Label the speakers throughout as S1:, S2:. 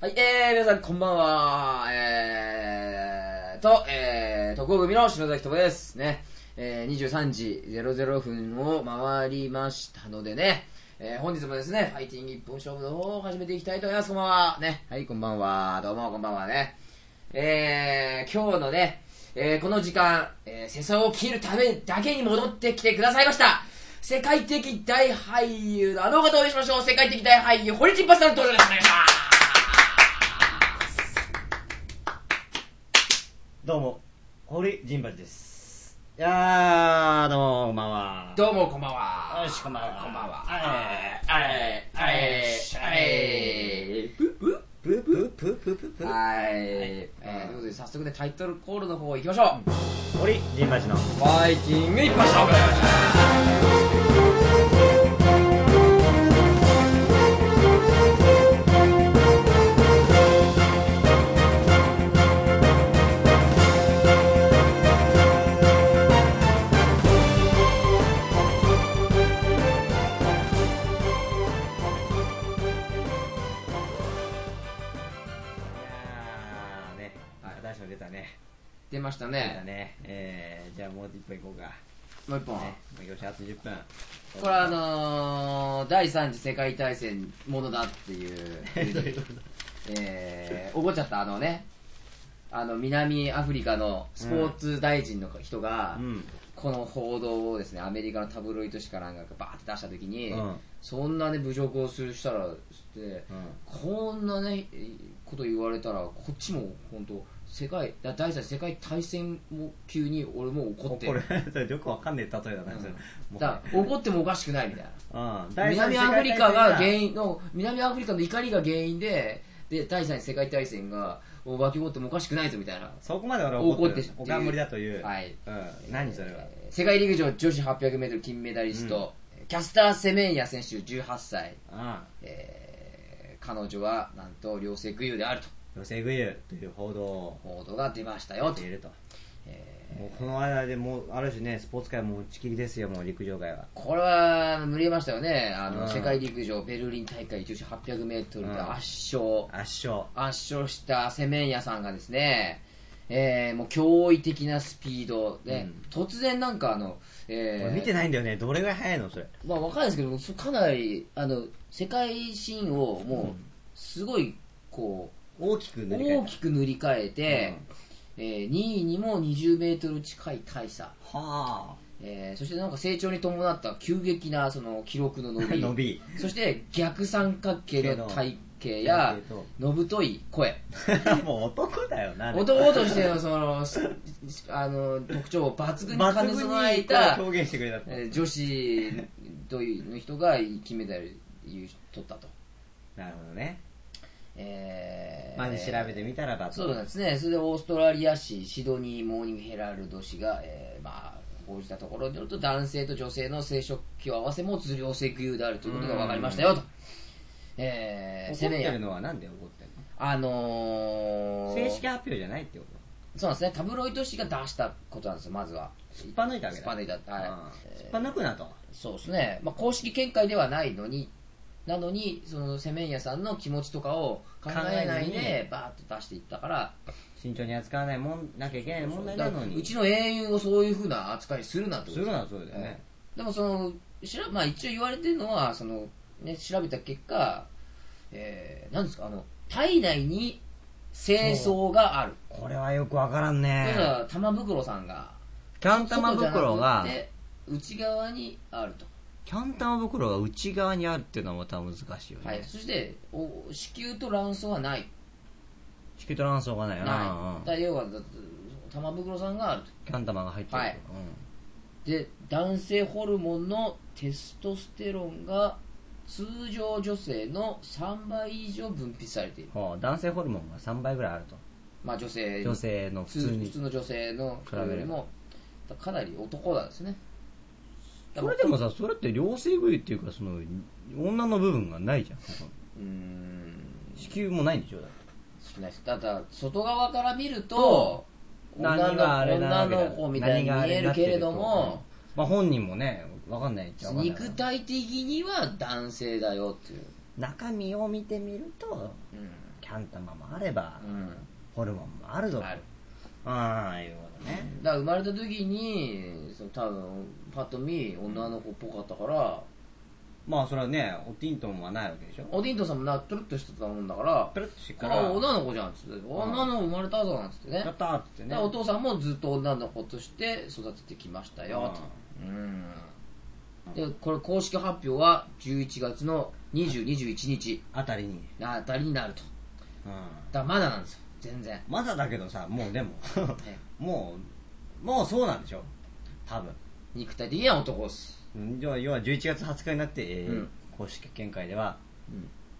S1: はい、えー、皆さんこんばんは、えーと、えー、徳尾組の篠崎智です。ね、えー、23時00分を回りましたのでね、えー、本日もですね、ファイティング一本勝負の方を始めていきたいと思います。こんばんは。ね、はい、こんばんは。どうも、こんばんはね。えー、今日のね、えー、この時間、えー、世相を切るためだけに戻ってきてくださいました。世界的大俳優のあの方をお呼びしましょう。世界的大俳優、堀ちんぱさん登場です。お願いします。
S2: どうも、堀陣馬です。いやー、どうも、こんばんは。
S1: どうもこんばんは。
S2: よしこんばんは
S1: こんばんは。
S2: はい
S1: はい。はい。はい。ぷぷ
S2: ぷーぷーぷーぷーぷーぷー
S1: はい。えーということで、早速ね、タイトルコールの方行きましょう。
S2: 堀陣馬氏の。
S1: ファイティング一発勝負
S2: いやー、ね、
S1: はい
S2: 新しいの出たね。
S1: 出ました
S2: 出た
S1: ね。
S2: ね。えー、じゃあもう一本いこうか。
S1: もう一本。
S2: ね、まあよし、あと10分。
S1: これはあのー、第3次世界大戦ものだっていう
S2: え、どういうこ
S1: えー、怒っちゃったあのね、あの南アフリカのスポーツ大臣の人が、
S2: と うん。
S1: この報道をですねアメリカのタブロイド紙かなんかがバーって出した時に、
S2: うん
S1: そんなね侮辱をするしたらして、こんなねえーこと言われたらこっちも本当世界だ第三次世界大戦も急に俺もう怒って
S2: これ、 それよくわかんねえ例えだな、それ。
S1: うんだから怒ってもおかしくないみたいな
S2: うん。第三
S1: 南
S2: 次
S1: ア
S2: 世
S1: フ
S2: 界
S1: リ
S2: 大
S1: カ
S2: 戦
S1: が原因の南アフリカの怒りが原因でで第三次世界大戦がもう湧き起こってもおかしくないぞみたいな
S2: そこまで俺は怒って
S1: 怒
S2: る
S1: ってる
S2: おかんぶりだという。
S1: はい。
S2: うん。何それは。
S1: えー世界陸上女子 800m 金メダリスト、キャスター・セメンヤ選手18歳、
S2: うん。
S1: えー彼女はなんと両性具有であると
S2: 寄せ食いという報道を
S1: 報道が出ましたよ
S2: し
S1: と
S2: てい、ると。
S1: えー
S2: もうこの間でもうある種ねスポーツ界はもう打ち切りですよもう陸上界は
S1: これは無理ましたよねあの、
S2: うん
S1: 世界陸上ベルリン大会女子 800m で
S2: うん
S1: 圧勝、
S2: 圧勝
S1: 圧勝したセメンヤさんがですね、えーもう驚異的なスピードで、突然なんかあの、え
S2: 俺
S1: ー
S2: 見てないんだよねどれぐらい速いのそれ
S1: まあ、わかんないですけどそかなりあの世界新をもうすごいこ
S2: 大きく
S1: う
S2: 塗り替えた
S1: 大きく塗り替えて、えー2位にも2 0ル近い大差、
S2: は
S1: えーそしてなんか成長に伴った急激なその記録の伸
S2: あ
S1: び
S2: 伸び
S1: そして逆三角形の体型やのぶとい声
S2: もう男だよな
S1: 男としてのそのすあの特徴を抜群に兼
S2: 抜
S1: ね
S2: 群
S1: 備え
S2: に
S1: た
S2: 表現してくれたと
S1: えー女子というの人が金メダル取ったと、
S2: なるほどね
S1: えー
S2: まあ調べてみたらばと
S1: そうなんですねそれでオーストラリア紙シドニーモーニングヘラルド紙が、えーまあ報じたところによると男性と女性の生殖器を合わせ持つ両性具有であるということが分かりましたよと、えー、
S2: 怒って
S1: セ
S2: る
S1: メンヤ
S2: のはなんで怒ってる
S1: あ
S2: の
S1: のー
S2: 正式発表じゃないってこと
S1: そうなんですねタブロイド紙が出したことなんですよまずは
S2: 突っぱ抜いたわけ
S1: ス
S2: だ
S1: パネだった、はい
S2: うん突っぱ抜くなと
S1: そうですね、まあ、公式見解ではないのに、なのに、そのセメンヤさんの気持ちとかを考えない
S2: 考えず
S1: で、バーッと出していったから、
S2: 慎重に扱わないもんなきゃいけない問題なの
S1: う
S2: に
S1: ちの英雄をそういうふうな扱いするなってこ
S2: す
S1: とで
S2: る
S1: す
S2: のはそうだよね
S1: でもその、しらまあ、一応言われてるのはその、ね、調べた結果、えー、なんですかあの、体内に精巣がある、
S2: これはよくわからん
S1: だ
S2: ね
S1: から玉袋さんが、
S2: キャン玉袋が
S1: 外じゃなくて内側にあると。
S2: キャン玉袋が内側にあるっていうのはまた難しいよね、
S1: はい、そしてお子宮と卵巣はない
S2: 子宮と卵巣がないよな、
S1: な
S2: うん
S1: い。だ要は、だ玉袋さんがあると。
S2: キャン玉が入ってる、
S1: はいで、男性ホルモンのテストステロンが通常女性の3倍以上分泌されている。
S2: うんはあ男性ホルモンが3倍ぐらいあると
S1: まあ女性に
S2: 女性の普
S1: 普
S2: 通
S1: 通
S2: に
S1: 普通の女性の比べよりも、だからかなり男なんですね。だ
S2: そ
S1: から
S2: れでもさそれって両性部位っていうかその女の部分がないじゃん
S1: うーん、
S2: 子宮もないんでしょだって
S1: 少ないです。ただ、外側から見ると、女
S2: 何があれ
S1: の
S2: なわ
S1: 女
S2: けだ
S1: の子みたいに見えるけれども、
S2: うんまあ本人もねわかんないっちゃわかんない
S1: 肉体的には男性だよっていう、
S2: 中身を見てみると
S1: うん
S2: キャ半玉もあれば、
S1: うん
S2: ホルモンもあるぞと
S1: ある
S2: ああいうことね
S1: だから生まれた時にその多分パッと見女の子っぽかったから、
S2: まあそれはねおティントンはないわけでしょ
S1: オディントンさんもなトゥルッとしてたもんだから
S2: ペロッとしてっ
S1: あ
S2: から
S1: 女の子じゃんっつって女の子生まれたぞなんつってね
S2: やったーっつってね
S1: でお父さんもずっと女の子として育ててきましたよとうんでこれ公式発表は11月の2021日
S2: あたりに、
S1: あたりになると
S2: うん、
S1: だからまだなんですよ全然
S2: まだだけどさもうでも
S1: え
S2: もうもうそうなんでしょ多分
S1: 肉体的には男っす、
S2: うんじゃあ要は11月20日になって、えー
S1: うん
S2: 公式見解では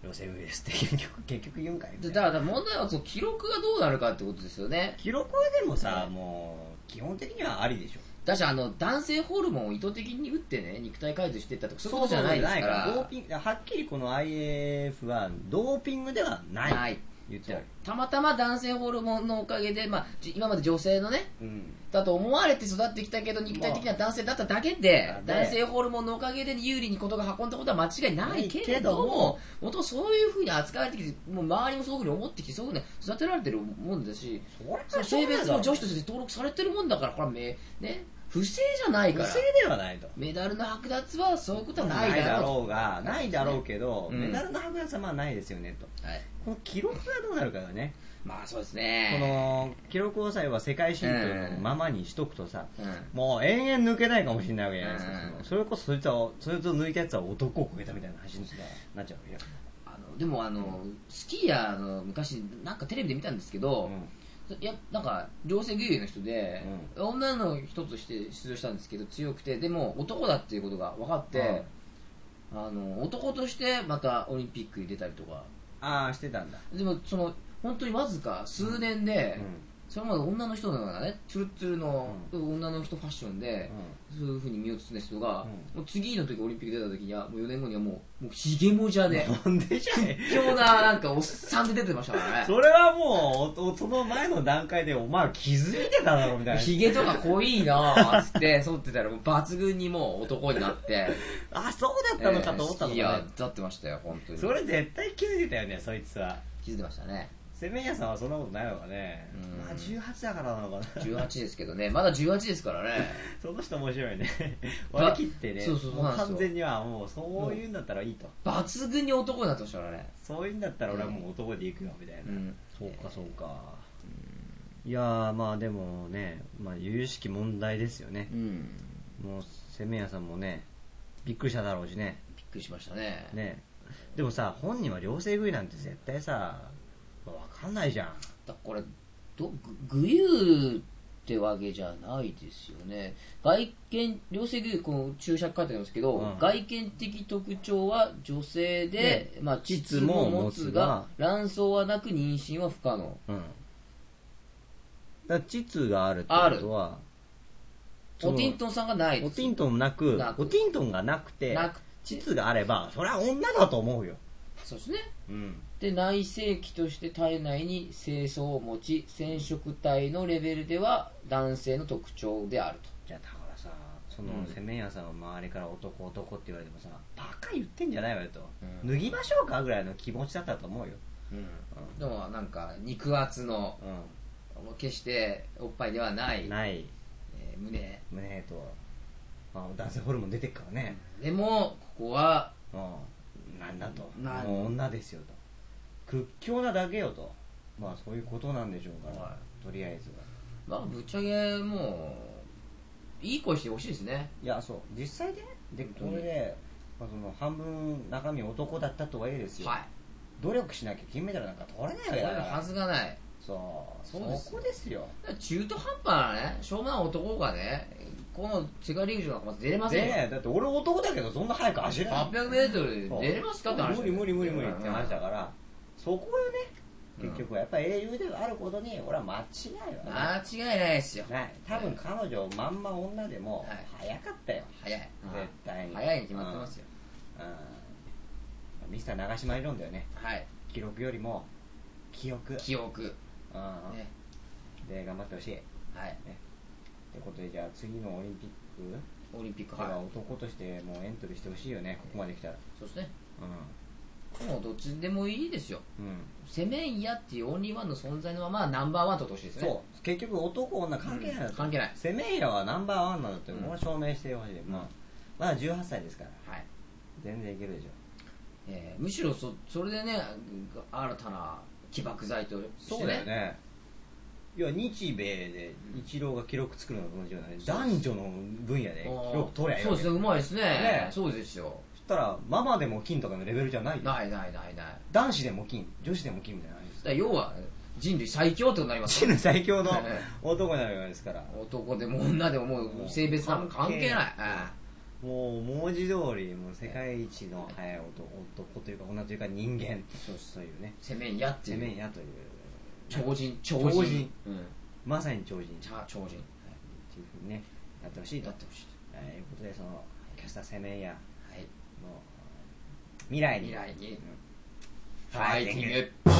S2: 陽性ウイルスって結局結局言うんかいみた
S1: で
S2: い
S1: だ
S2: な
S1: からだから問題はその記録がどうなるかってことですよね
S2: 記録はでもさ、
S1: う
S2: もう基本的にはありでしょ
S1: だしあの男性ホルモンを意図的に打ってね肉体改造していったとかそういうことじゃないですから
S2: ドーピングはっきりこの IAF はドーピングではない、
S1: ない
S2: 言ってある
S1: たまたま男性ホルモンのおかげで、まあ、じ今まで女性のね
S2: うん
S1: だと思われて育ってきたけど肉体的には男性だっただけで、
S2: まあ
S1: 男性ホルモンのおかげで有利にことが運んだことは間違いないけ
S2: ないけ
S1: れ
S2: ど
S1: ど
S2: も
S1: も元々そういうふうに扱われてきてもう周りもそういうふうに思ってきてそういうふうに育てられてるもんだし
S2: それは
S1: その
S2: しょう
S1: 性
S2: がない
S1: 別
S2: だろ
S1: も女子として登録されてるもんだからこれはめ、ね、不正じゃないから
S2: 不正ではないと
S1: メダルの剥奪はそういうことは
S2: な
S1: ないい
S2: だ
S1: だろう
S2: ろうがないだろうけど、
S1: うん
S2: メダルの剥奪はまあないですよねと
S1: とはい、
S2: この記録がどうなるかがね
S1: まあそうです
S2: こ
S1: ね
S2: の記録をさえは世界新記録のままにしとくとさ、
S1: うん
S2: もう延々抜けないかもしれないわけじゃないですか、
S1: うん
S2: それこそそいつはそいつを抜いたやつは男を超えたみたいな話になっちゃうわけよ、
S1: あのでもあのスキーヤーの昔なんかテレビで見たんですけど、いやなんか両性牛乳の人で、女の人として出場したんですけど強くてでも男だっていうことが分かって、あの男としてまたオリンピックに出たりとか
S2: ああしてたんだ、
S1: でもその本当にわずか数年で、
S2: う
S1: それまで女の人のようなねツルッツルの女の人ファッションで、そういうふうに身を包んだ人が、もう次の時オリンピック出た時にはもう4年後にはもうもうひげもじゃ で
S2: ん、なんでじゃね
S1: 卑怯ななんかおっさんで出てましたからね
S2: それはもうおその前の段階でお前気づいてただろみたいな
S1: ヒゲとか濃いなーっつって剃ってたらもう抜群にもう男になって
S2: あそう だったのかと思ったの
S1: い
S2: か
S1: や
S2: ね、
S1: だってましたよ本当に
S2: それ絶対気づいてたよねそいつは
S1: 気づいてましたね
S2: セメンヤさんはそんなことないのかね、
S1: うん
S2: まあ18だからなのかな
S1: 18ですけどねまだ18ですからね
S2: その人面白いね
S1: だ
S2: 割り切ってね
S1: そうそうそう
S2: も
S1: なんですよ
S2: 完全にはもうそういうんだったらいいと、
S1: 抜群に男になってましたからね
S2: そういうんだったら俺はもう男で行くよみたいな、
S1: うん
S2: そうかそうか、いやーまあでもね、まあ、由々しき問題ですよね
S1: う、ん
S2: もうセメンヤさんもねびっくりしただろうしね
S1: びっくりしましたね
S2: ねでもさ本人は良性食いなんて絶対さ分かんないじゃん
S1: だからこれどぐぐゆってわけじゃないですよね外見良性具この注釈書いてありますけど、
S2: うん
S1: 外見的特徴は女性で、まあ、
S2: 膣
S1: 膣も
S2: も持
S1: 持
S2: つ
S1: つ
S2: が
S1: が卵巣はなく妊娠は不可能
S2: うんだから膣があるってことはそ
S1: お
S2: の
S1: ティントンさんがないで
S2: お
S1: す
S2: ティントンもなく
S1: なく
S2: おティントンがなくて
S1: なく
S2: 膣があればそりゃ女だと思うよ
S1: そうですね
S2: うん
S1: で内性器として体内に清掃を持ち染色体のレベルでは男性の特徴であると
S2: じゃあだからさその
S1: うん
S2: 洗面屋さんは周りから男男って言われてもさバカ言ってんじゃないわよと、
S1: うん
S2: 脱ぎましょうかぐらいの気持ちだったと思うよ、
S1: でもなんか肉厚の
S2: う
S1: 決しておっぱいではない
S2: ん、ない
S1: えー胸
S2: 胸と、まあ、男性ホルモン出てっからね、
S1: でもここは
S2: うん、なんだと
S1: な
S2: もう女ですよと屈強なだけよとまあそういうことなんでしょうから、
S1: は
S2: とりあえずは
S1: まあぶっちゃけもういい声してほしいですね
S2: いやそう実際ねでこ
S1: 当に
S2: れで、まあ、その半分中身男だったとはいえですよ、
S1: はい
S2: 努力しなきゃ金メダルなんか取れないわ
S1: こ
S2: け
S1: れ
S2: だか
S1: は
S2: ら
S1: はずがない
S2: そう
S1: そうですよ
S2: こですよ
S1: だから中途半端なねしょうもない男がねこの世界陸上なんかまず出れませんよ
S2: でだって俺男だけどそんな早く走れない
S1: 800m 出れますかって話
S2: 無理無理無理無理って話だ
S1: ら
S2: からそこよね結局はやっぱ英雄であることに俺は間違いは
S1: 間違いないですよ
S2: ないない多分彼女まんま女でも
S1: はい
S2: 早かったよ
S1: 早い
S2: 絶対に
S1: 早いに決まってますよ
S2: うんミスター長島理論だよね
S1: はい
S2: 記録よりも記憶うん
S1: 記憶ね
S2: で頑張ってほしいって
S1: はい
S2: ことでじゃあ次のオリンピック
S1: オリンピック
S2: では
S1: はい
S2: 男としてもうエントリーしてほしいよねここまで来たら
S1: そうですね
S2: うん
S1: もうどっちでもいいですよ
S2: うん
S1: 攻めんやっていうオンリーワンの存在のままナンバーワンとってほしいですね
S2: そう結局男女関係ないだと
S1: 関係ない
S2: セメイラはナンバーワンなんだってもう証明してほしい、まあ、まだ18歳ですから
S1: はい
S2: 全然いけるでしょ
S1: えーむしろそそれでね新たな起爆剤としてね
S2: ねいや日米でイチローが記録作るのと同じようなね男女の分野で記
S1: あー
S2: 録取れ
S1: そうですねうまいですね
S2: ね
S1: そうですよ
S2: そしたらママでも金とかのレベルじゃないよ
S1: ないないないないだか
S2: 男子でも金女子でも金みたいな感じです
S1: ら要は人類最強ってことになります
S2: チ
S1: よ
S2: ーム最強の
S1: ね
S2: 男になるわけですから
S1: 男でも女でももう性別なんか関係ない
S2: もう文字通りもう世界一の速い男男というか女というか人間
S1: そうそ
S2: というね
S1: 攻めんやってい
S2: 攻め
S1: うん
S2: やという
S1: 超人超人
S2: 超人
S1: うん
S2: まさに超人
S1: ちゃ超人
S2: っていうふうにねやってほしいと
S1: だってほしい
S2: えーいうことでそのキャスター攻めや
S1: はい
S2: の未来に
S1: 未来に
S2: うん
S1: ファイティング